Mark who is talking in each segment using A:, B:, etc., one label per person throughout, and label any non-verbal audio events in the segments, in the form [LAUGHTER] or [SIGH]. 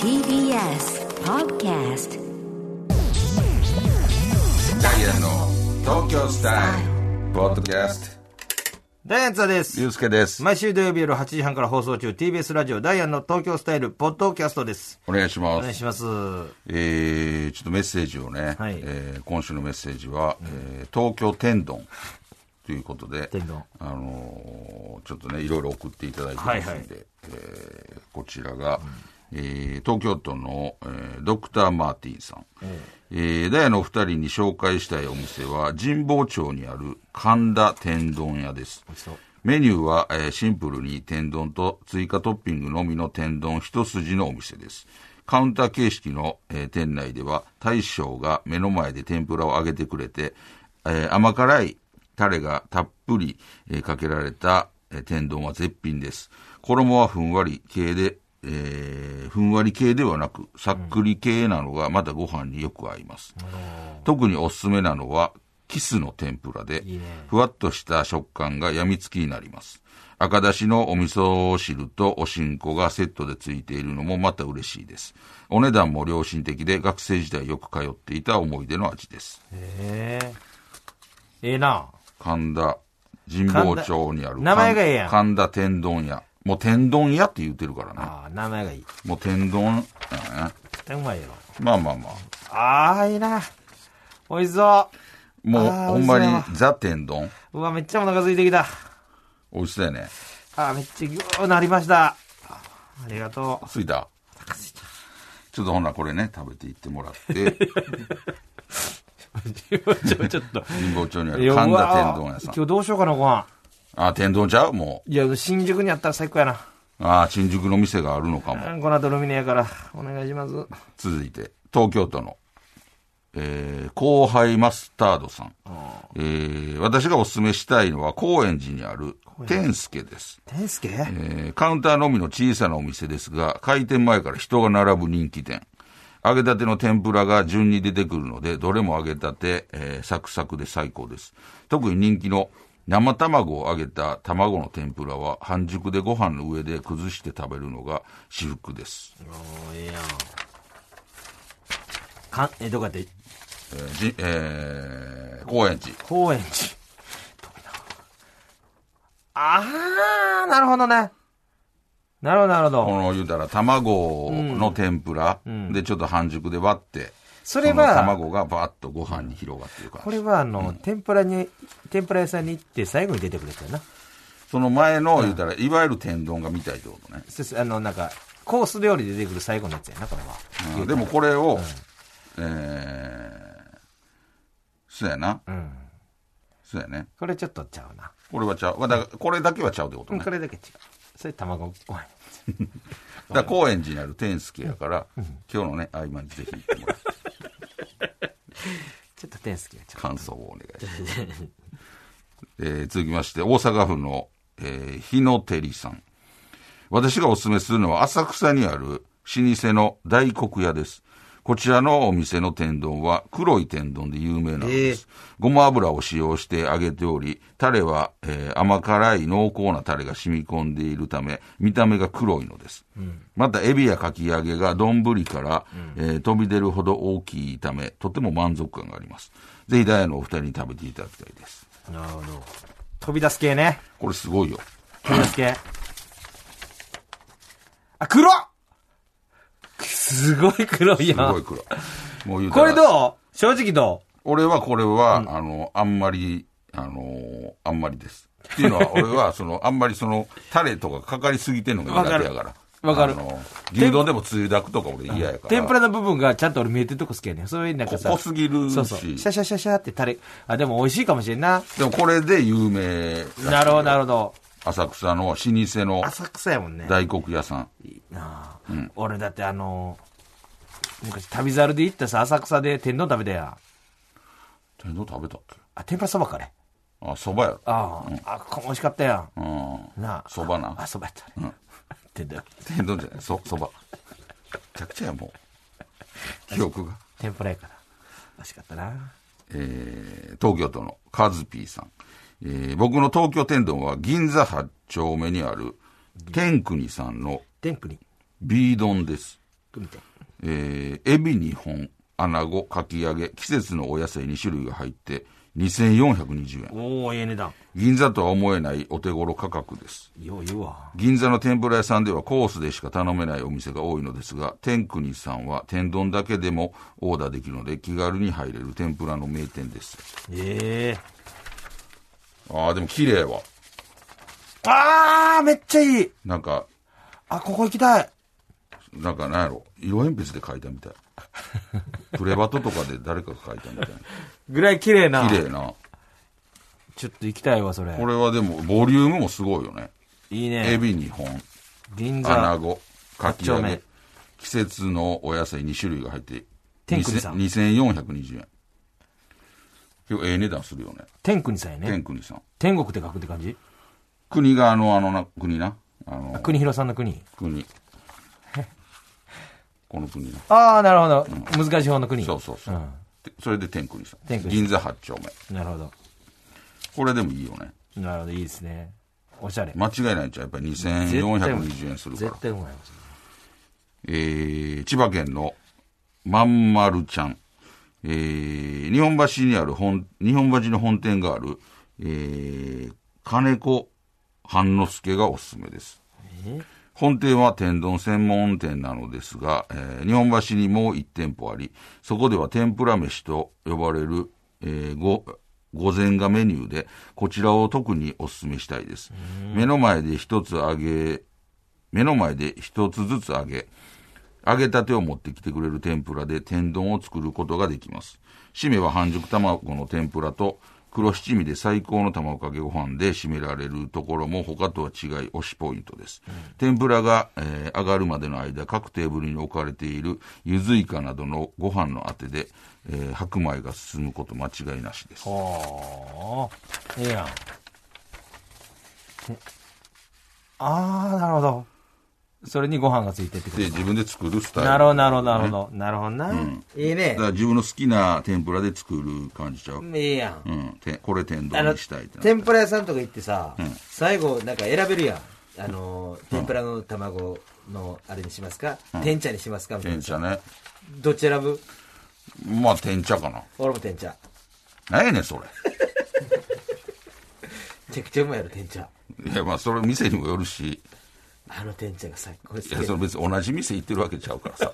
A: TBS Podcast
B: ダイアンの東京スタイルポッドキャス
C: ダイアンツァで
B: ト
C: す。
B: ゆうすけです、
C: 毎週土曜日夜8時半から放送中、TBS ラジオダイアンの東京スタイル、ポッドキャストです。
B: お願いし
C: お
B: ま
C: 願
B: す
C: いします。は
B: えー、ちょっとメッセージをね、
C: はい
B: えー今週のメッセージは、えー東京天丼ということで
C: 天丼
B: あのーちょっとねいろいろ送っていただいてますんで、
C: はいはい
B: えーこちらが、えー東京都の、えードクター・マーティンさん、えーダイヤのお二人に紹介したいお店は神保町にある神田天丼屋です
C: そう
B: メニューは、えーシンプルに天丼と追加トッピングのみの天丼一筋のお店です。カウンター形式の、えー店内では大将が目の前で天ぷらを揚げてくれて、えー甘辛いタレがたっぷり、えーかけられた、えー天丼は絶品です。衣はふんわり系で、えーふんわり系ではなく、さっくり系なのがまたご飯によく合います。特におすすめなのは、キスの天ぷらで、
C: いいね
B: ふわっとした食感が病みつきになります。赤だしのお味噌汁とおしんこがセットでついているのもまた嬉しいです。お値段も良心的で学生時代よく通っていた思い出の味です。
C: えー、ええな。
B: 神田神保町にある
C: 神田名前がええやん
B: 神田天丼屋。もう天丼屋って言ってるからね。
C: ああ、名前がいい。
B: もう天丼やね。
C: 絶対うまいよ。
B: まあまあまあ。
C: ああ、いいな。美味しそ
B: もう
C: あー
B: ほんまに
C: 美味しそうや
B: ザ天丼。
C: う。うわ、めっちゃお腹空いてきた。
B: 美味しそうやね。
C: ああ、めっちゃぎゅーなりました。ありがとう。
B: ついたちょっとほんならこれね、食べていってもら [LAUGHS] って、
C: ちょ、ちょっと。
B: 神保町にあ
C: いや
B: る神田天
C: う
B: 丼
C: わ
B: 屋さん
C: 今。日どうしようかな、ご飯。
B: あ、天丼ちゃうも
C: いや、新宿にあったら最高やな。
B: う。あ、新宿の店があるのか
C: う
B: も。
C: んこの後ルミネやから、お願いします。
B: 続いて、東京都の、えー、後輩マスタードさん。えー、私がお勧めしたいのは、高円寺にある天助です。
C: 天助
B: えーカウンターのみの小さなお店ですが、開店前から人が並ぶ人気店。揚げたての天ぷらが順に出てくるので、どれも揚げたて、えーサクサクで最高です。特に人気の生卵を揚げた卵の天ぷらは半熟でご飯の上で崩して食べるのが至福です。
C: おーええやんかんえどこやって
B: えーじえー高円寺。
C: 高円寺遠いなあーなるほどねなるほどなるほ
B: こ
C: ど
B: の言うたら卵の天ぷらでちょっと半熟で割って、
C: それ
B: の
C: は
B: 卵がバーッとご飯に広がっていく感じ
C: これはあの、天ぷらに天ぷら屋さんに行って最後に出てくれたよな
B: その前の、言うたら、いわゆる天丼が見たいってことね。
C: そしてあのなんかコース料理で出てくる最後のやつやなこれは
B: うんでもこれを、えー、そうやな。
C: うん
B: そうやね。
C: これちょっとちゃうな、
B: これはちゃう。まあだからこれだけはちゃうってこと
C: うん
B: ね。
C: こ
B: だか
C: れだけ違うそれ卵ご飯
B: ら高円寺にある天助やから、今日のね、合間にぜひ行ってもらう。
C: ちょっと天助がちょっ
B: 感想をお願いします。
C: [LAUGHS]
B: えー続きまして、大阪府の、えー日野照りさん。私がお勧めするのは浅草にある老舗の大黒屋です。こちらのお店の天丼は黒い天丼で有名なのです。ごま油を使用して揚げており、タレは、えー甘辛い濃厚なタレが染み込んでいるため、見た目が黒いのです。また、エビやかき揚げが丼から、えー飛び出るほど大きいため、とても満足感があります。ぜひダイヤのお二人に食べていただきたいです。
C: となるほど飛び出す系ね
B: これすごいよ。
C: 手助け。あ、黒っすごい黒い
B: す
C: や
B: ごい
C: ん。
B: 黒い。もう言うた
C: こ
B: ら
C: れどう正直ど
B: 俺はこれは、あの、あんまり、あのーあんまりです。っていうの
C: [LAUGHS]
B: は、俺は、その、あんまりその、タレとかかかりすぎてんのが
C: わか
B: 苦
C: る
B: 手やから。
C: わかる
B: あの牛丼でもつゆだくとか俺嫌やから。
C: う天ぷ
B: ら
C: らの部分がちゃんと俺見えてるとこ好きやねん。そういうなんかさ。
B: 濃すぎるし。
C: そうそう。シャシャシャシャってタレ。あ、でも美味しいかもしれんな。
B: でもこれで有名らしいよ。
C: なるほど、なるほど。
B: 浅草の老舗の
C: 浅草やもんね。
B: 大黒屋さん。
C: なあ俺だってあのー、昔旅猿で行ったさ、浅草で天丼食べたやん。
B: 天丼食べたっけ
C: あ、天ぷらそばかね。
B: あ、蕎麦やろ。
C: ああ、あ、ここ美味しかったや
B: うん
C: ん。。なあ。
B: 蕎麦な
C: あ、。そばやったね。 [LAUGHS] 天丼。
B: 天丼じゃない。そ、蕎麦。めちゃくちゃや、もう。記憶が。
C: 天ぷらやから。美味しかったな。
B: えー東京都のカズピーさん。えー僕の東京天丼は銀座8丁目にある天国さんの
C: 天狗に。
B: ビー丼です。
C: 組と。
B: えー、エビ2本、アナゴ、かき揚げ、季節のお野菜2種類が入って、2420円。
C: おお、ええ値段。
B: 銀座とは思えないお手頃価格です。
C: よう言うわ。
B: 銀座の天ぷら屋さんではコースでしか頼めないお店が多いのですが、天国さんは天丼だけでもオーダーできるので気軽に入れる天ぷらの名店です。
C: ええ
B: ああ、でも綺麗わ。
C: ああ、めっちゃいい。
B: なんか、
C: あ、ここ行きたい。
B: なんかなんやろ。色鉛筆で描いたみたい。
C: [LAUGHS]
B: プレバトとかで誰かが描いたみたい
C: [LAUGHS] ぐらい綺麗な。
B: な。綺麗な。
C: ちょっと行きたいわ、それ。
B: これはでも、ボリュームもすごいよね。
C: いい
B: エ
C: ね。
B: ビ2本、
C: 銀
B: アナ
C: 座。
B: ゴ、かき揚
C: 八
B: げ
C: 丁目、
B: 季節のお野菜2種類が入って、
C: 天国さん
B: 2420円。結構ええ値段するよね。
C: 天国さんやね
B: 天。国さん。
C: 天国って書くって感じ
B: 国があの、あのな、国な。あの、
C: 国広さんの国。 [LAUGHS]
B: 国。この国な。
C: ああ、なるほど。難しい方の国。
B: そうそうそう。
C: ん
B: でそれで天国さん。
C: 天国
B: 銀座8丁目。
C: なるほど。
B: これでもいいよね。
C: なるほど、いいですね。おしゃれ。
B: 間違いないじゃん。やっぱり
C: 絶対うまい
B: 2420円するから
C: 絶。対うまいわ。
B: えー千葉県のまんまるちゃん。えー日本橋にある本、日本橋の本店がある、えー金子半之助がおすすめです。本店は天丼専門店なのですが、えー日本橋にもう1店舗あり、そこでは天ぷら飯と呼ばれる、えーご、御膳がメニューで、こちらを特にお勧めしたいです。目の前で一つ揚げ、目の前で一つずつ揚げ、揚げたてを持ってきてくれる天ぷらで天丼を作ることができます。締めは半熟卵の天ぷらと黒七味で最高の卵かけご飯で締められるところも他とは違い推しポイントです。天ぷらが、えー揚がるまでの間各テーブルに置かれているゆずいかなどのご飯のあてで、えー白米が進むこと間違いなしです。
C: おー。ええやん。えああ、なるほど。それにご飯がついてってこ
B: で、
C: と
B: 自分で作るスタイル。
C: なるほど、なるほど、なるほど。なるほどな。いいね
B: だか。ら自分の好きな天ぷらで作る感じちゃう。
C: いいやん。
B: うん。てこれ天
D: あ
B: 丼
D: の
B: にしたいってなって
D: 天ぷら屋さんとか行ってさ、最後なんか選べるやんあの天ぷらの卵のあれにしますか、天茶にしますかみたい
B: 天
D: な
B: 茶ね。
D: どっち選ぶ
B: まあ、天茶かな。
D: 俺も天茶
B: なんやねん、それ。 [LAUGHS]
D: めちゃくちゃうまいやろ天茶
B: いや、まあ、それ店にもよるし、
D: あの天茶が最高です
B: いや、それ別に同じ店行ってるわけちゃうから
C: [LAUGHS]
B: さ。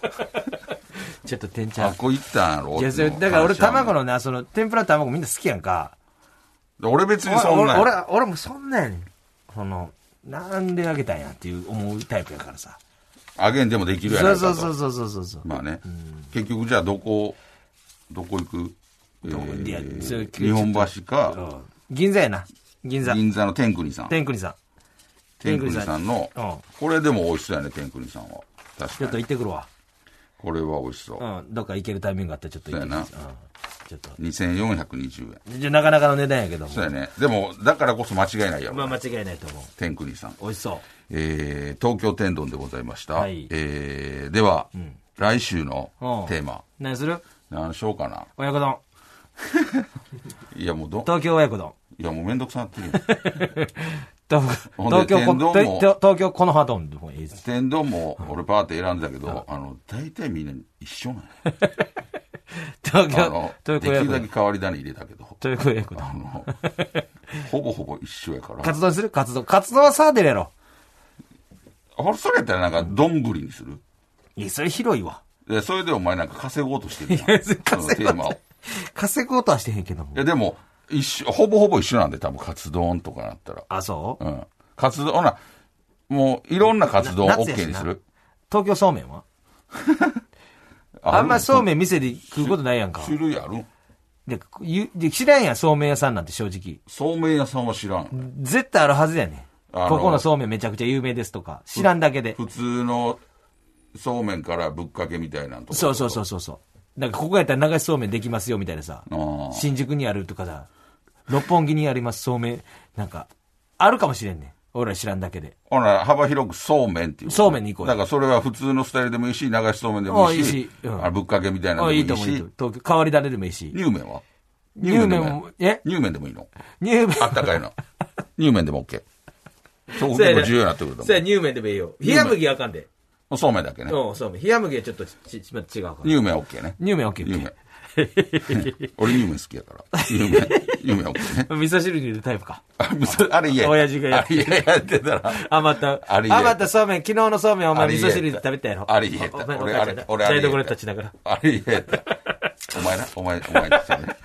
C: ちょっと天ちゃ
B: あ
C: ん
B: っ。こ行ったんやろ
C: いや、それ、だから俺卵
B: の。
C: のな、その、天ぷら卵みんな好きやんか。
B: 俺別にそん
C: 俺、
B: な。
C: 俺、俺もそんなんやねん。その、なんであげたんやっていう思うタイプやからさ。
B: あげんでもできるや
C: そ
B: ろ
C: うそうそううそうそうそうそう。
B: まあね。結局じゃあ、どこ、どこ行く
C: どこいや
B: えー
C: それ
B: 日本橋
C: う
B: か、
C: ん銀座やな。銀座。
B: 銀座の天国さん。
C: 天国さん。
B: 天国さんの
C: 天国さんうん、
B: これでも美味しそうやね、天国さんは。確
C: ちょ
B: か
C: っと
B: に。
C: 行ってくるわ。
B: これは美味しそう。
C: うん。どっか行けるタイミングがあったらちょっと行ってくる。
B: そ
C: うんちょっと。
B: 2420円。
C: じゃあなかなかの値段やけども。
B: そうやね。でも、だからこそ間違いないや
C: まあ
B: ろ。
C: 間違いないと思う。
B: 天国さん。
C: 美味しそ
B: えー東京天丼でございました。
C: はい
B: えーでは、来週の
C: うん
B: テーマ、
C: う。何する
B: 何しようかな。
C: 親子丼。
B: いや、もうど、
C: 東京親子丼。
B: いや、もうめんどくさなって [LAUGHS] るよ
C: 東
B: ほんで
C: 東京こ、
B: 天丼も
C: 東東京この葉丼でもいいです。
B: 天丼も、俺パーって選んでたけど、あの、大体みんな一緒なんや
C: 東
B: あ
C: 京
B: の、、で
C: 東
B: き
C: 京親
B: る
C: 子
B: だけ
C: 丼。
B: 変わり種入れたけど、
C: 東京親子丼。
B: あの、 [LAUGHS] ほぼほぼ一緒やから
C: カ。ツ丼にするカツ丼。カツ丼はサーデルやろ。
B: あそれやったらなんか、丼にする。
C: いや、それ広いわ。
B: でそれでお前なんか稼ごうとしてるやん。そのテーマを。い
C: 稼ごうとはしてへんけども。
B: や、でも、一緒、ほぼほぼ一緒なんで、多分、カツ丼とかなったら。
C: あ、そう
B: うん。カツ丼、ほな、もういろんなカツ丼
C: な夏やし
B: OK にする
C: 東京そうめんは
B: あ
C: あんまそうめ
B: ん
C: ん店で食うことないやんか。
B: 種類ある
C: で、ゆで知らんやん、そうめん屋さんなんて正直。
B: そうめん屋さんは知らん。
C: 絶対あるはずやねん。
B: あの
C: ここのそうめんめちゃくちゃ有名ですとか、知らんだけで。
B: 普通のそうめんからぶっかけみたいなんとか。
C: そうそうそうそうそう。なんかここやったら流しそうめんできますよみたいなさ
B: あー。
C: 新宿にあるとかさ、六本木にありますそうめん、なんか、あるかもしれんねん。俺ら知らんだけで。
B: ほら、幅広くそうめんっていう。
C: そうめんに行こうよ
B: だからそれは普通のスタイルでもいいし、流しそうめんでもいいし、
C: あいいしうん
B: あぶっかけみたいなの
C: あ、
B: でもい
C: い
B: い
C: い
B: し、
C: と思う、いいと思う東京、変わり種でもいいし。
B: 乳麺は
C: 乳
B: で
C: 麺
B: もいい
C: も、え
B: 乳麺でもいいの
C: 乳麺。
B: あったかい
C: [LAUGHS]
B: の。乳麺でも OK。そこ結構重要になってくると思う。
D: 乳麺でもいいよ冷麦あかんで
B: もうそうめんだけね。
D: うん、そうめん。冷麦はちょっとち、ち、また違うから。
B: 有名 OK ね。
C: 乳麺 OK。
B: 有名。俺有名好きやから。有名。有名 OK ね。
C: 味噌汁に入れるタイプか。
B: あそあれ嫌や。
C: 親父がや
B: や
C: っ
B: やってたら。
C: 余った、
B: あれ言えた
C: 余ったそうめん、昨日のそうめんお前
B: あれ
C: 味
B: 言えた
C: 噌汁で食べたやろ。
B: あれ言えた
C: お前、お
B: 俺
C: 母ちゃん
B: あれ俺あれ言えた
C: 茶色これ立ちながら。
B: あれ嫌やった。お前な、お前、お前ですよね。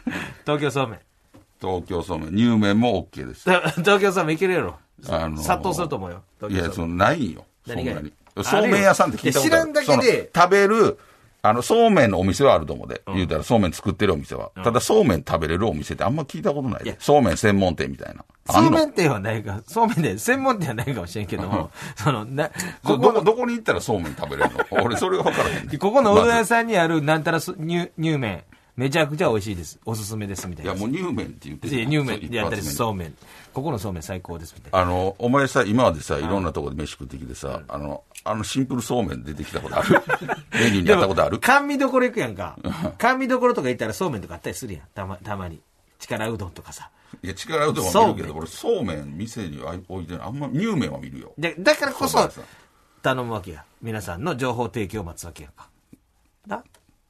C: 東京そうめん。
B: 東京そうめん、乳麺も OK です。
C: た東京そうめんいけるやろ。
B: あのー
C: 殺到すると思うよ。
B: い
C: 東
B: や、
C: 京そ
B: その、ないよ。そん
D: 何が
B: なに。そうめん屋さんって聞いたことある。
D: いや知らんだけで
B: その食べる、あの、そうめんのお店はあると思うで。言うたら、そうめん作ってるお店は。ただ、そうめん食べれるお店ってあんま聞いたことないで。そうめん専門店みたいな。あ
C: うん
B: の
C: めん店はないか、そうめんで専門店はないかもしれんけども、その、な、
B: どど
C: ここ
B: こ、
C: の、
B: どこに行ったらそうめん食べれる
C: [LAUGHS]
B: の俺、それが分からへんねん。
C: ここのうどん
B: ま
C: 屋
B: ず
C: さんにあるなんたらそ乳乳麺、めちゃくちゃ美味しいです。おすすめです、みたい
B: い
C: な。
B: や、もう乳麺って言って
C: いや乳麺でやったり、
B: う。
C: そうめん。ここのそうめん最高です、みたいな。
B: あの、お前さ、今までさ、いろんなとこで飯食ってきてさ、あの、あのシンプルそうめん出てきたことあ
C: [LAUGHS]
B: るメニューにあったことある
C: 甘味どころ行くやんか。甘味どころとか行ったらそうめんとかあったりするやん。たま、たまに。力うどんとかさ。
B: いや、力うどんは見るけ
C: そう
B: ど、
C: めん
B: 俺、そうめん店に置いてない。あんま、乳麺は見るよ。
C: で、だからこ
B: そう
C: そ
B: なんですよ、
C: 頼むわけや。皆さんの情報提供を待つわけやんか。な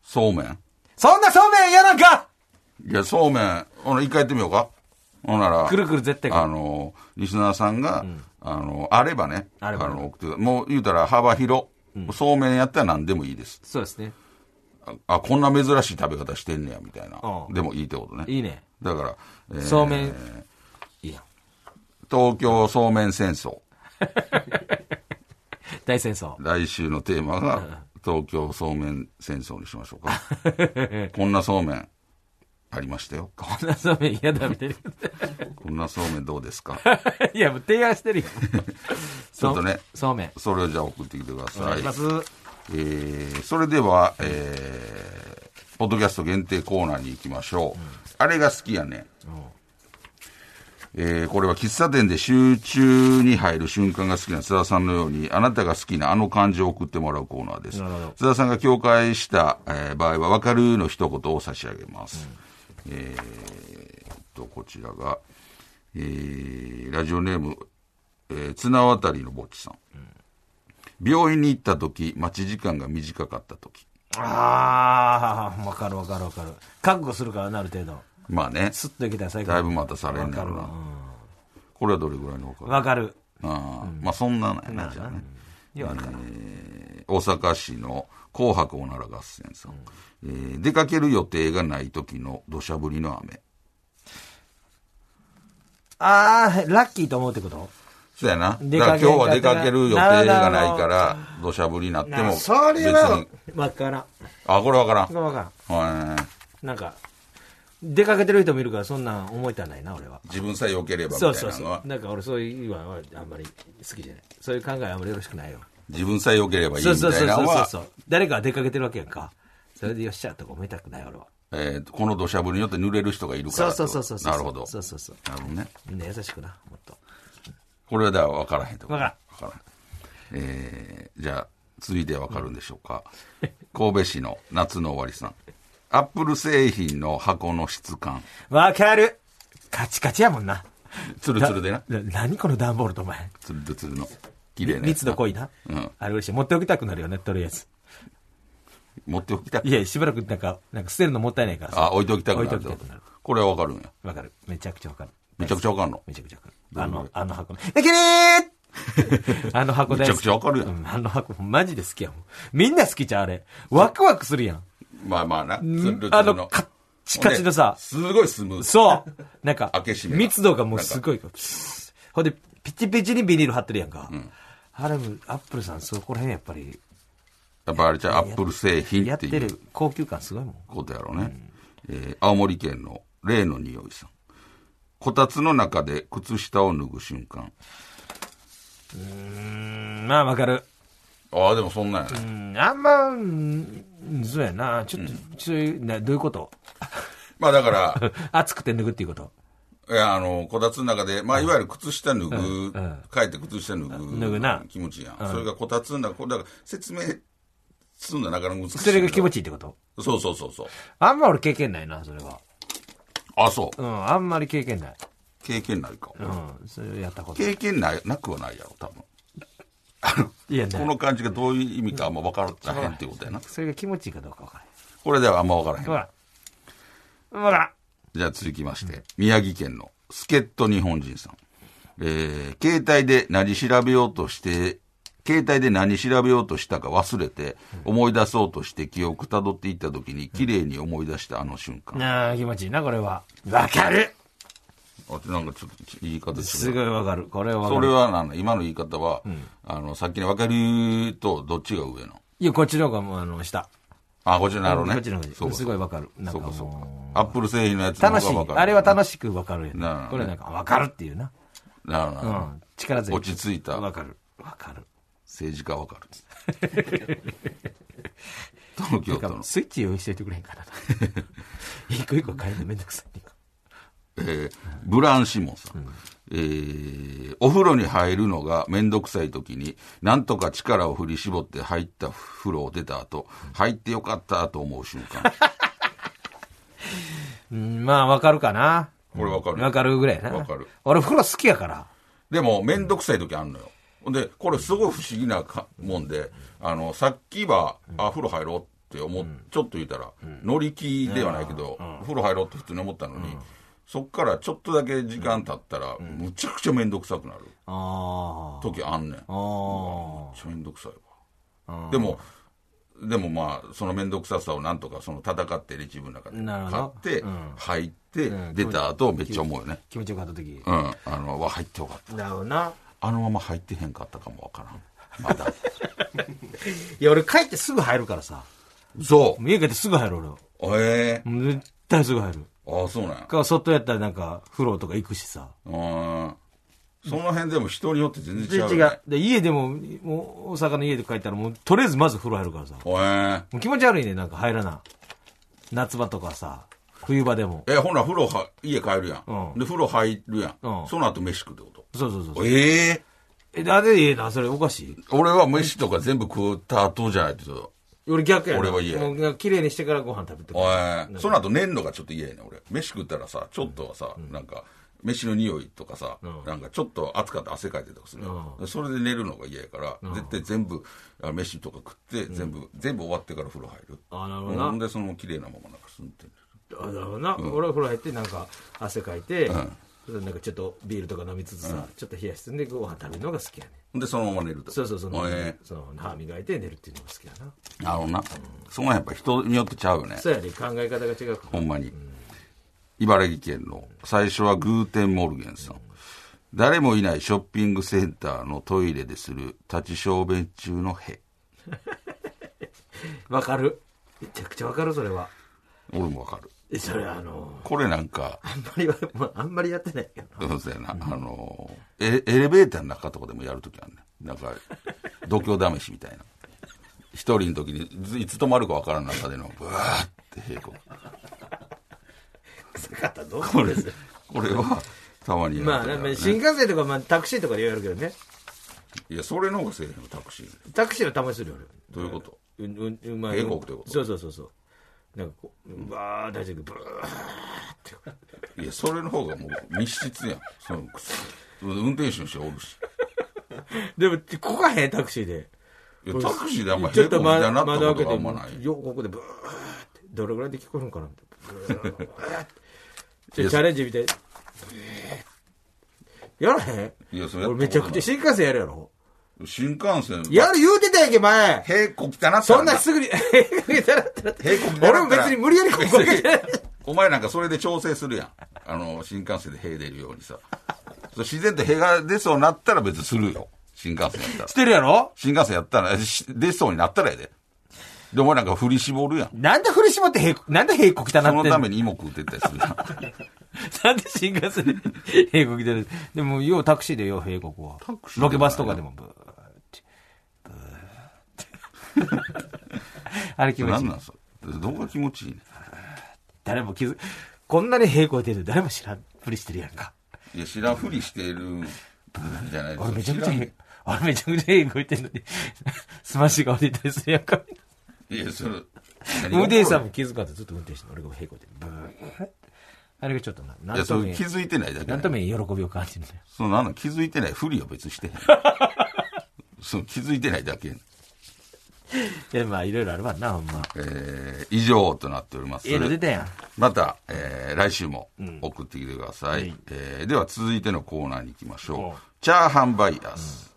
B: そうめん
C: そんなそうめん嫌なんか
B: いや、そうめん、ほな、一回やってみようか。ほんなら、
C: くるくる絶対くる
B: あの、リスナーさんが、あの、あればね、
C: あればね
B: の、送ってもう言うたら幅広、そうめんやったら何でもいいです。
C: そうですね。
B: あ、こんな珍しい食べ方してんねや、みたいな
C: う。ん
B: でもいいってことね。
C: いいね。
B: だから、えー
C: そうめん。いいやん。
B: 東京そうめん戦争。
C: 大
B: [LAUGHS]
C: 戦争。
B: 来週のテーマが、東京そうめん戦争にしましょうか。
C: [LAUGHS]
B: こんなそうめん、ありましたよ。
C: こんなそうめん嫌だみたいな。
B: こんなそうめんどうですか
C: [LAUGHS] いや、もう提案してるよ。
B: [LAUGHS] ちょっとね
C: そそうめん。
B: それをじゃあ送ってきてくだ
C: お
B: さ
C: 願
B: い
C: いし。 [LAUGHS] ます。
B: えーそれでは、えーポッドキャスト限定コーナーに行きましょう。あれが好きやねん。えーこれは喫茶店で集中に入る瞬間が好きな津田さんのように、あなたが好きなあの漢字を送ってもらうコーナーです
C: なるほど。
B: 津田さんが境界した、えー場合は、わかるの一言を差し上げます。えーっと、こちらが、えーラジオネーム、えー綱渡りのぼっちさん。病院に行った時、待ち時間が短かった時。
C: あー、わかるわかるわかる。覚悟するからな、ある程度。
B: まあね、
C: スッといけたら最高。
B: だいぶ待たされんねやろ
C: わ
B: な。
C: か
B: これはどれぐらいの方か
C: わかる。
B: ああ、まあそんなのやな、じゃあね。
C: ようわかる。
B: 大阪市の紅白おなら合戦さん、えー出かける予定がない時の土砂降りの雨
C: あー、ラッキーと思うってこと
B: そうやな
C: 出
B: だから
C: かけ
B: 今日は出かける予定がない
C: な
B: から土砂降りになっても
D: な
B: 別
D: それは
B: に
C: わからん。
B: あこれわからん
C: それわから
B: はい
C: ん。なんか、出かけてる人もいるから、そんなん思いたないな、俺は。
B: 自分さえ良ければみた
C: そ
B: いう
C: そう
B: なの
C: そ
B: は
C: う。なんか俺、そういうのはあんまり好きじゃない。そういう考えはあんまりよろしくないよ。
B: 自分さえ良ければいい
C: そ
B: み
C: うそう
B: た
C: そ
B: いうな
C: そ
B: の
C: うそう
B: は
C: そう。誰かが出かけてるわけやんか。それでよっしゃとか思いたくない、俺は。
B: えーこの土砂降りによって濡れる人がいるか
C: そ
B: ら
C: う
B: って
C: そ
B: こ
C: う
B: と
C: そうそうそう。
B: なるほど
C: そうそうそう。
B: なるほどね
C: みんな優しくな、もっと。
B: これはだから分からへんとこ
C: わからん
B: 分からんえーじゃあ続いて分かるんでしょ
C: [LAUGHS]
B: うか神戸市の夏の終わりさんアップル製品の箱の質感
C: わかるカチカチやもんな。
B: ツルツルでな
C: な何この段ボールとお前。
B: ツルツルの綺麗なやつ
C: 密
B: な
C: 度濃いな。
B: うん
C: あれ嬉しい。持っておきたくなるよね、とりあえず。
B: 持っておきたく
C: いや、しばらくなんか、なんか捨てるのもったいないからさ。
B: あ置いておきたくな
C: 置い
B: る
C: ておきたくなる
B: これは分かるんや
C: わかる。めちゃくちゃわかる。
B: めちゃくちゃ分かるの
C: めちゃくちゃわかる。
B: ど
C: あ
B: れど
C: の
B: れ、
C: あの箱の。え
B: [LAUGHS]
C: きれーあの箱大好
B: め
C: き
B: ちゃくちゃわかるやん
C: うんあの箱、マジで好きやもん。みんな好きじゃん、あれ。ワクワクするやん。
B: まあまあなツルツル
C: あの、カッチカチのさ
B: ほんで。すごいスムーズ
C: そう。なんか
B: 開け閉、めが
C: 密度がもうすごいから。プスッほんで、ピチピチにビニール貼ってるやんか。あれも、アップルさん、そこら辺やっぱり、
B: やっぱあれじゃあアップル製品
C: や
B: っ
C: ってて
B: いう
C: る高級感すごいもん。
B: ことやろうね、えー青森県の例の匂いさんこたつの中で靴下を脱ぐ瞬間
C: うん、まあわかる。
B: ああでもそんなんやね
C: うん、あんま、うんそうやな。ちょっと、そういう、などういうこと
B: [LAUGHS]
C: [LAUGHS]
B: まあだから
C: 暑くて脱ぐっていうこと。
B: いや、あの、こたつの中で、まあ、いわゆる靴下脱ぐ、帰って靴下脱ぐ。
C: 脱ぐな
B: 気持ちいいやん。それがこたつの中、これだから説明すんのはなかなか難しい。
C: それが気持ちいいってこと
B: い。そうそうそうそう。
C: あんま俺経験ないな、それは。
B: あ、そう
C: う。ん、あんまり経験ない。
B: 経験ないか。
C: うん、それやったこと。
B: 経験ない、なくはないやろ、多分。
C: いやね
B: この感じがどういう意味かあんま分からへんっていうことやな。
C: それが気持ちいいかどうか分から
B: これではあんま分からへん。
C: ない。ほら。ほら。
B: じゃあ続きまして、宮城県の助っ人日本人さん。えー、携帯で何調べようとして、携帯で何調べようとしたか忘れて、思い出そうとして記憶たどっていった時に、綺麗に思い出したあの瞬間。
C: なあ、気持ちいいな、これは。わかる
B: あなんかちょっと言い方
C: す
B: 違う。
C: ごいわかる。これはわか
B: そ
C: る
B: れはなんだ今の言い方は、あの、さっきの分かるとどっちが上なの
C: いや、こっちの方がもう、あの、下。
B: あ、こっちなるほどね。
C: こっちの
B: そ
C: 方
B: う
C: が
B: か
C: すごいわかる。なん
B: そ
C: か
B: うかそうか
C: も。
B: アップル製品のやつ
C: う、
B: の方
C: 楽
B: が
C: しい
B: 分か。る
C: あれは楽しくわかるや
B: なるほど
C: ん。
B: ね
C: これなんか、わかるっていうな。
B: なるほど
C: う
B: な。
C: ん。力強い。
B: 落ち着いた
C: わかる。わかる。
B: 政治家分かる。
C: [LAUGHS]
B: 東京都の。
C: スイッチ用意していてくれへんか
B: [LAUGHS]
C: な。一個一個変えるのめんどくさい。
B: えーブランシモンさん。えーお風呂に入るのがめんどくさい時に、なんとか力を振り絞って入った風呂を出た後、入ってよかったと思う瞬 [LAUGHS] 間。
C: うん、まあ、わかるかな。
B: これわかる
C: わかるぐらいやな。
B: わかる
C: 俺、風呂好きやから。
B: でも、めんどくさい時あんのよ。ほんで、これすごい不思議なかもんで、あの、さっきは、あ、風呂入ろうって思っ、ちょっと言ったら、乗り気ではないけど、風呂入ろうって普通に思ったのに、そっからちょっとだけ時間経ったら、むちゃくちゃめんどくさくなる
C: ああ。
B: 時あんねん。めっ
C: あ
B: ちゃめんどくさい
C: あ
B: わ。でも、でもまあ、そのめんどくささをなんとか、その戦ってね、自分の中で。
C: なるほ
B: 勝
C: ど
B: って、入って、出た後、めっちゃ思うよね。
C: 気持ちよかった時。
B: うん。あの、わ、入ってよかった。
D: なるほどな。
B: あのまま入ってへんかったかもわからん。まだ。
C: いや、俺帰ってすぐ入るからさ。
B: そ
C: 家帰ってすぐ入る、俺は。
B: う。ええ
C: もう絶対すぐ入る。
B: ああ、そうなんや。
C: か、外やったらなんか、風呂とか行くしさ。
B: うん。その辺でも人によって全然違う
C: 全
B: よ、
C: 然違う。で、家でも、もう、大阪の家で帰ったら、もう、とりあえずまず風呂入るからさ。も
B: おえ
C: う気持ち悪いね、なんか入らな。夏場とかさ、冬場でも。
B: えほな、風呂は、家帰るやん。
C: うん
B: で、風呂入るやん。
C: うん
B: その後飯食うってこ
C: そうそうそうそ
B: と。
C: う。
B: ええ
C: え、なんでええな、それおかしい
B: 俺は飯とか全部食った後じゃないと。
C: 俺逆やな
B: 俺は嫌や
C: もうなんか綺麗にしてからご飯食べてく
B: おえその後寝んのがちょっと嫌やねん俺。飯食ったらさ、ちょっとはさ、なんか、飯の匂いとかさ、なんかちょっと暑かった汗かいてとかするやん、それで寝るのが嫌やから、絶対全部、あ飯とか食って、全部、全部終わってから風呂入る。
C: あ、なるほどな。
B: ほんで、その綺麗なままなんかすんってんね
D: あなるほどな。俺は風呂入って、なんか、汗かいて、なんかちょっとビールとか飲みつつさ、ちょっと冷やしてんでご飯食べるのが好きやね。
B: ほんで、そのまま寝ると。
D: そうそう、その
B: え、
D: その、歯磨いて寝るっていうのが好きやな。
B: えなるほどな。その辺やっぱ人によってちゃうよね。
D: そうやね、考え方が違うか
B: ほんまに。茨城県の最初はグーテンモルゲンさん。誰もいないショッピングセンターのトイレでする立ち小便中の屁。
D: ら。わかる。めちゃくちゃわかる、それは。
B: 俺もわかる。
D: えそれあの、
B: これなんか、
D: あんまりは、まあ、あんまりやってないけど。
B: そうだよな、あの、エエレベーターの中とかでもやるときあるねん。なんか、度胸試しみたいな。一人の時にずいつ止まるかわからん中での、ブワーって平行。
D: 臭かったらどう
B: これ、これは、たまにやる
D: まあ、
B: と
D: な
B: や
D: ん
B: る
D: か
B: ね
D: 新幹線とか、まあ、タクシーとかでやるけどね。
B: いや、それの方がせえへんよタクシーで。
D: タクシーはたまにするよ、
B: どういうこと
D: 俺。うん、うん、うん、まあ。
B: 英語ってこと
D: そうそうそうそう。なんかこう、うわー、大丈夫、ブーって。
B: いや、それの方がもう密室やん。そのくそ運転手の人おるし。
D: でも、ここがへん、タクシーで。
B: いやタクシーであんま
D: ち
B: 平
D: ょっと
B: 行
D: ま
B: だなって
D: 窓
B: こと
D: 開け
B: があ
D: て
B: んまない、よ。
D: よ、ここでブーって。どれぐらいで聞こえるんかなって。ブーって
B: い
D: ちょ
B: や
D: チャレンジみたい。ブーやらへん
B: いやそれや
D: 俺
B: ったこ
D: めちゃく
B: とない
D: ちゃ新幹線やるやろ。
B: 新幹線。
D: やる言うてたやんけ、前。
B: 平行来たなって
D: そんなん
B: な
D: すぐに、えだらだら
B: 平行
D: 俺も別に無理やりここ
B: [LAUGHS]
D: 開けて。
B: お前なんかそれで調整するやん。あの、新幹線で塀出るようにさ。そう自然と塀が出そうになったら別にするよ。新幹線やったら
C: し。てるやろ
B: 新幹線やったら、えし出そうになったらやで。で、お前なんか振り絞るやん。
C: なんで振り絞って平行、なんで平行きたな
B: そ
C: っ
B: の
C: てんの
B: ために芋食うてったりするやん。
C: [LAUGHS] なんで新幹線で平行きたなでも、ようタクシーでよ、平行は。
B: シーでも
C: ロケバスとかでも、ブーって。ブーって。 [LAUGHS] あれ気持
B: な
C: ちい
B: ん
C: い
B: な。んそれ。どこが気持ちいいね
C: 誰も気づ、こんなに平行出てる誰も知らんふりしてるやんか。
B: ん。いや、知らんふりしてるんじゃないです
C: 俺
B: か。
C: めちゃくちゃ
B: 知らん
C: 平、俺めちゃくちゃ平行いてんのに、 [LAUGHS] すまし顔でいたりするやんか。
B: いや、それ。
C: 運転手さん
B: も。
C: も気づかずずっと運転してんの俺が平行で。ブーあれがちょっとな、
B: い
C: な
B: や、
C: んと
B: そ
C: も
B: れ
C: 言え
B: 気
C: ん
B: づいてないだけだ
C: な
B: よ
C: んとも言えん喜びを感じるんだよ。 [LAUGHS]
B: そのなんなん気づいてないふりは別にしてへん。その気づいてないだけ。
C: いや、まあ、いろいろあるわな、ほんま。
B: えー以上となっております
C: ええの出たやん。
B: また、えー来週も送ってきてください、
C: はい
B: えーでは続いてのコーナーに行きまし
C: お
B: ょ
C: う
B: うチャーハンバイアス、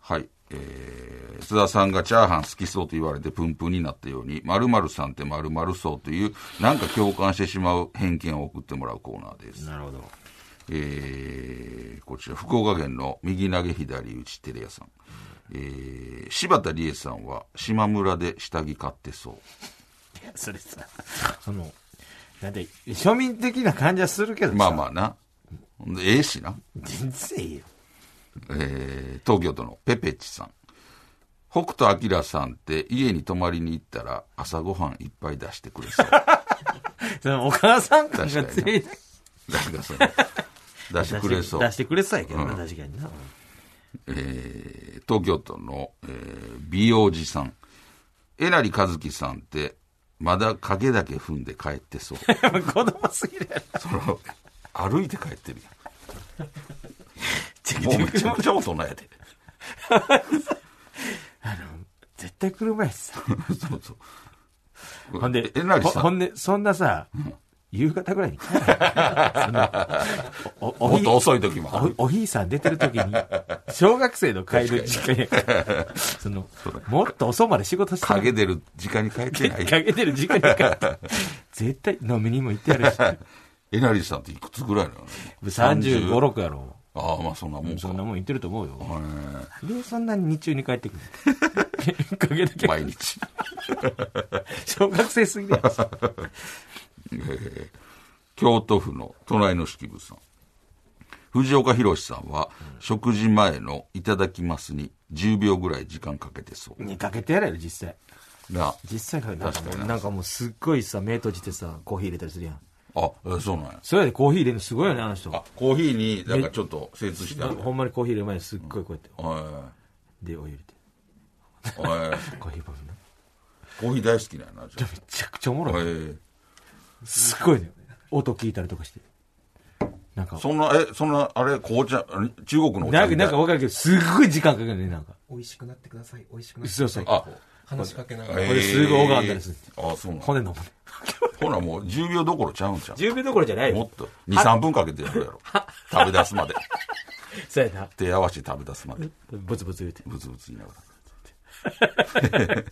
B: はい、えー津田さんがチャーハン好きそうと言われてプンプンになったように〇〇さんって〇〇そうというなんか共感してしまう偏見を送ってもらうコーナーです
C: なるほど。
B: えーこちら、福岡県の右投げ左打ちテレ屋さん。えー柴田理恵さんは島村で下着買ってそう。
C: いや、それさ、その、なんて、庶民的な感じはするけどさ
B: まあまあな。ほんでええしな。
C: 全然いいよ。
B: えー東京都のペペチさん。北斗晶さんって家に泊まりに行ったら朝ごはんいっぱい出してくれそう。
C: そのお母さん感が
B: 確か
C: 強い。
B: になんかその出してくれそう。
C: 出してくれそうやけどな、
B: うん
C: 確かにな。
B: えー東京都の、えー美容師さんえなりかずきさんってまだ影だけ踏んで帰ってそう
C: やっぱ子供すぎるやろ。
B: その歩いて帰ってる
C: ち
B: やんもうめちゃめちゃ大人やで
C: 絶対車やしさ。
B: [LAUGHS] そうそう
C: ほんで
B: ええなり
C: ほ
B: さ
C: ほ
B: ん
C: んで、そんなさ、夕方ぐらいに帰れそのおおお
B: もっ
C: ひ
B: と遅い時もある
C: おおひいさん出てる時に、小学生の帰る時間やから、その、もっと遅うまで仕事してた
B: 影出る時間に帰ってない
C: 陰出る時間やから、 [LAUGHS] 絶対飲みにも行ってやるし、 [LAUGHS]
B: えなりさんっていくつぐらいなの
C: 35、6やろ。
B: ああまあそんなもんか
C: そんなもん行ってると思うよ。
B: え
C: で、そんなに日中に帰って [LAUGHS] くる。陰だ
B: ー
C: け、
B: 毎日 [LAUGHS]
C: 小学生すぎるやろ。
B: 京都府の隣の式部さん藤岡弘さんは食事前の「いただきます」に10秒ぐらい時間かけてそう
C: [LAUGHS] にかけてやれよ、実際。
B: な
C: 実際かなんかも
B: 確か
C: う
B: に
C: なんかもうすっごいさ目閉じてさコーヒー入れたりするやん
B: あえそうなんや
C: それでコーヒー入れるのすごいよねあの人
B: あコーヒーになんかちょっと精通してある
C: ほんまにコーヒー入れる前にすっごいこうやって
B: えー
C: でお湯入れて
B: えー
C: コーヒーパフね
B: コーヒー大好きなんやなじゃ
C: めちゃくちゃおも [LAUGHS]
B: あ
C: ろい
B: え
C: すっごいね音聞いたりとかしてなんか
B: ーそんなえそんなあれ紅茶あれ中国のお茶
C: なんか
B: み
C: な
B: た
C: ん
B: い
C: かわかるけどすっごい時間かけるねなんか
E: 美味しくなってください美味しくなってく
C: そう
E: だ
C: そ
E: さ
C: う
E: い
B: あ
E: 話しかけながら、
B: えー
C: これすごい拝んだりする
B: あそうなん
C: 骨飲むね
B: ほなもう10秒どころちゃうんちゃう
C: 10秒どころじゃな
B: [LAUGHS]
C: い
B: も
C: よ
B: っと23分かけてやるやろ食べ出すまで
C: そうやな
B: 手合わせて食べ出すまで
C: ブツブツ言うて
B: ブツブツ言いながら。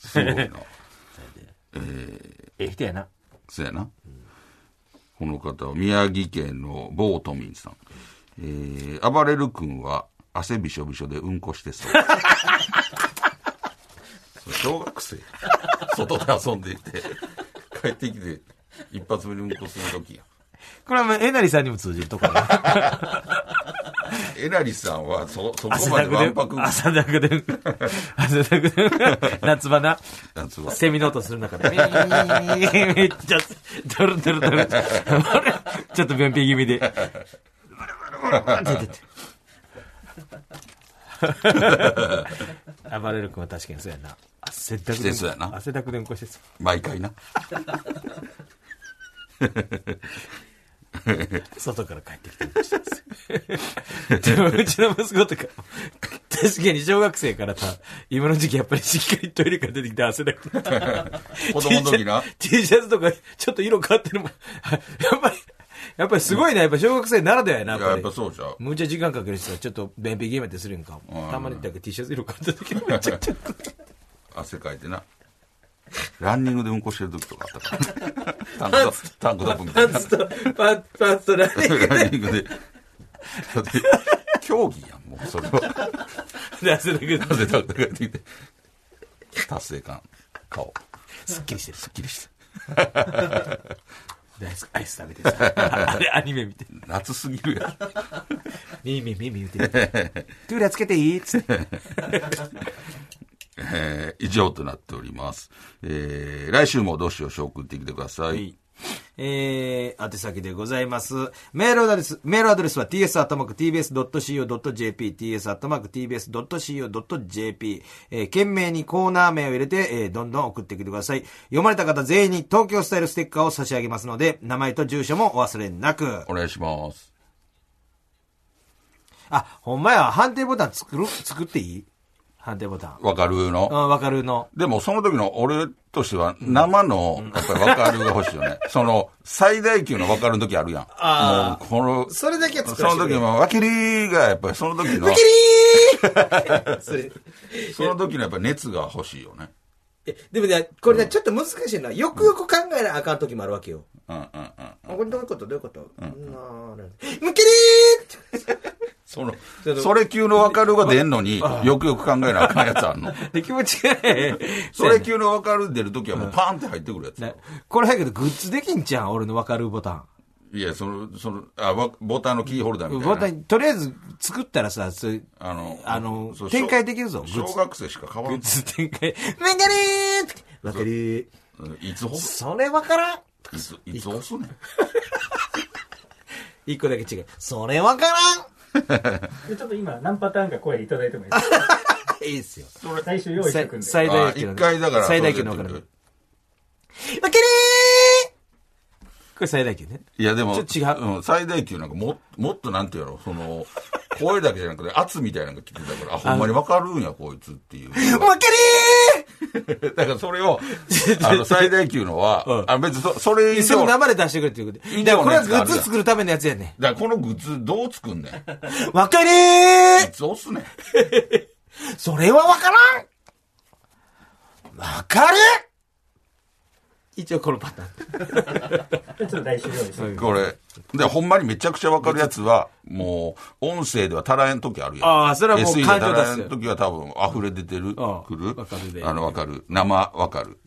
B: すごいな。
C: ええ人やな
B: そやな。この方は宮城県の某都民さん。えー、暴れる君は汗びしょびしょでうんこしてそう。それ小学生。外で遊んでいて、帰ってきて、一発目にうんこする時や。
C: これはもうえなりさんにも通じると [LAUGHS] ころやな
B: えなりさんはそ、そこ
C: 汗
B: ま
C: だ
B: で
C: く
B: わ
C: で
B: んぱく
C: 汗だくで汗だ [LAUGHS] くで夏場な
B: 夏は。
C: セミの音する中で、 [LAUGHS] めっちゃ、ドルドルドル。ちょっと便秘気味で。 [LAUGHS] 暴れる君は確かにそうやな。汗だく
B: してそうやな
C: 汗だくでうんこしてそう。
B: 毎回な。
C: 外から帰ってきてうんこしてます。でもうちの息子とか、確かに小学生からさ、今の時期やっぱりしっかりトイレから出てきて汗だくなった。
B: 子供の時
C: [LAUGHS]
B: な。
C: T シャツとか、ちょっと色変わってるもん。やっぱり、やっぱりすごいな、やっぱ小学生ならではやな、
B: いや、やっぱ
C: う。
B: そうじゃう。
C: むっちゃ時間かける人はちょっと便秘ゲームってするんか。たまにだけ T シャツ色変わった時めっちゃちょっと。
B: 汗かいてな。ランニングでうんこしてる時とかあったか
C: [LAUGHS]
B: ら。タンクトップ、タンクトップみた
C: パ
B: い
C: ンツと、パンツ、パンツとランニング
B: な。ランニングで。だって、競技やん、もうそれは。
C: で汗だけ [LAUGHS] ど、
B: 汗だくで帰ってきて。達成感、顔、
C: すっきりしてる。
B: すっきりして。
C: 大好き。アイス食べてさ。あれ、アニメ見て。
B: 夏すぎるやん。
C: 耳、耳言うてる。トゥーラつけていいっつって。
B: えー以上となっております。えー来週もどうしようし送ってきてください。
C: えー、宛先でございます。メールアドレス、メールアドレスは ts.tbs.co.jp、ts.tbs.co.jp、えー、懸命にコーナー名を入れて、えーどんどん送ってきてください。読まれた方全員に東京スタイルステッカーを差し上げますので、名前と住所もお忘れなく。
B: お願いします。
C: あ、ほんまや、判定ボタン作る、作っていい判定ボタン。
B: わかる
C: う
B: の。
C: ん、わかるの。
B: でもその時の俺としては生のやっぱりわかるが欲しいよ
C: [LAUGHS]
B: ね。その最大級のわかる時あるやん。
C: あ
B: もうこの、
D: それだけは作
B: そ
D: らせ
B: の
D: てく
B: 時
D: れ
B: もわきりがやっぱりその時の、
D: それ
B: その時のやっぱり熱が欲しいよね。
D: えでもね、これね、ちょっと難しいな。よくよく考えなあかん時もあるわけよ。
B: うんうんうん。
D: あこれどういうことどういうことなーなるほどむけりーって
B: その、それ級のわかるが出んのに、よくよく考えなあかんやつあん
C: [LAUGHS]
B: の。
C: で、気持ちが
D: [LAUGHS]
C: ね、
B: それ級のわかる出る時はもうパンって入ってくるやつ
C: ね。これだけど、グッズできんじゃん、俺のわかるボタン。
B: いや、その、その、あ、わボタンのキーホルダーみたいな。
C: ボタン、とりあえず作ったらさ、それ
B: あの、
C: あの
B: そう
C: 展開できるぞ
B: 小
C: グッズ
B: 小学生しか変わ
C: グ
B: らん。
C: ッズ展開。
D: むけりーってわかる
B: うんいつほ、
D: それわからん
B: いつ、いつ押すねん。
D: 一個だけ違う。それわからん
F: でちょっと今、何パターンか声いただいてもいいですか
D: いいっすよ。
F: 最終用意しておくんで。
C: 最
B: あ
C: 大級
B: 一
C: の。
B: 回だから。
C: 最大級のわかる。こ
D: むけり
C: れ最大級ね。
B: いや、でも、
C: ちょっと違
B: うん最大級なんかも、もっとなんていうの、その、 [LAUGHS] 声だけじゃなくて圧みたいなのが聞くだから、あ、ほんまにわかるんや、こいつっていう。 [LAUGHS]
D: ーむけりー
B: だからそれ
C: [LAUGHS]
B: を、あの、最大級のは、あ、別にそ、それ以
C: そ
B: 上、
C: の
B: だか
C: 生で出してくれっていうことで。
B: 以
C: だか
B: 上
C: らこ
B: の
C: れ
B: や
C: は
B: つがあるじ
C: グッ
B: ゃん
C: ズ作るためのやつやね
B: らこのグッズどう作んねん。
C: ん。わかる
B: いつ押すねん。
C: それはわからんわかる一応このパターン。
F: ちょっと来週用意しておく。
B: これ。で、ほんまにめちゃくちゃわかるやつは、もう、音声では足らへん時あるやん。
C: ああそれはもう
B: SE で
C: 感情
B: 足らへ
C: 出
B: ん
C: す
B: 時は多分溢れ出てる、
C: ああ
B: くる。
C: わかるで
B: あの、わかる。生わかる。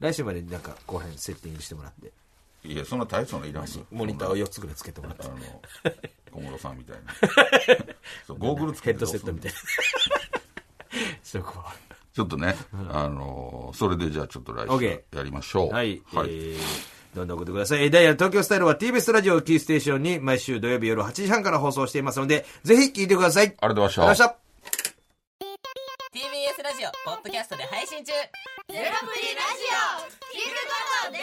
C: 来週までになんか後編セッティングしてもらって。
B: いや、そんな大層のいらんし。
C: モニターを4つぐらいつけてもらって
B: あ。の、
C: [LAUGHS]
B: 小室さんみたいな。そうゴーグルつ
C: ヘ
B: けて
C: ッド
B: どう
C: セ
B: す
C: ット
B: ん
C: みたいな。 [LAUGHS] そこは。
B: ちょっとね、あの、それでじゃあちょっと来
C: オッケ
B: 週やりましょう。
C: はい。
B: はい。
C: えーどんどん送ってください。えーダイヤル東京スタイルは TBS ラジオをキーステーションに毎週土曜日夜8時半から放送していますので、ぜひ聞いてくださ
B: あ
C: い。
B: りがとうございました
C: ありがとうございました。
G: TBS ラジオポッドキャストで配信中ゼロプリラジオ聞くことでき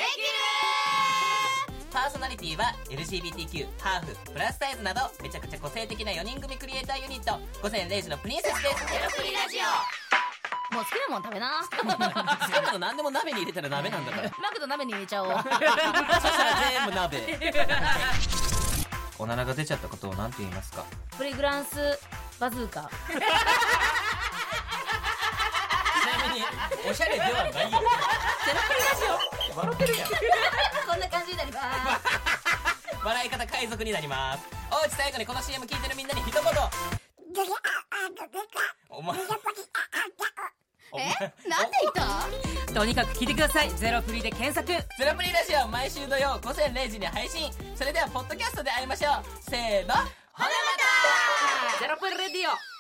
G: るパーソナリティは LGBTQ ハーフプラスサイズなどめちゃくちゃ個性的な4人組クリエイターユニット午前0時のプリンセスですゼロプリラジ
H: もう好きなもん食べな。 [LAUGHS]
G: オ作るの何でも鍋に入れたら鍋なんだから
H: マクド鍋に入れ [LAUGHS] ちゃおう。
G: そしたら全部鍋 [LAUGHS] おならが出ちゃったことを何て言いますか
H: プリグランスバズーカ。
G: ちなみにおしゃれではないよゼロプリラジオ笑ってるやん
H: [LAUGHS] こんな感じになります。
G: 笑い方海賊になりますおうち最後にこの CM 聞いてるみんなに一言お前お前
H: なんで言ったとにかく聞いてください。ゼロプリで検索。
G: ゼロプリラジオ毎週土曜午前0時に配信それではポッドキャストで会いましょうせーのほなまた
H: ゼロプリレディオ。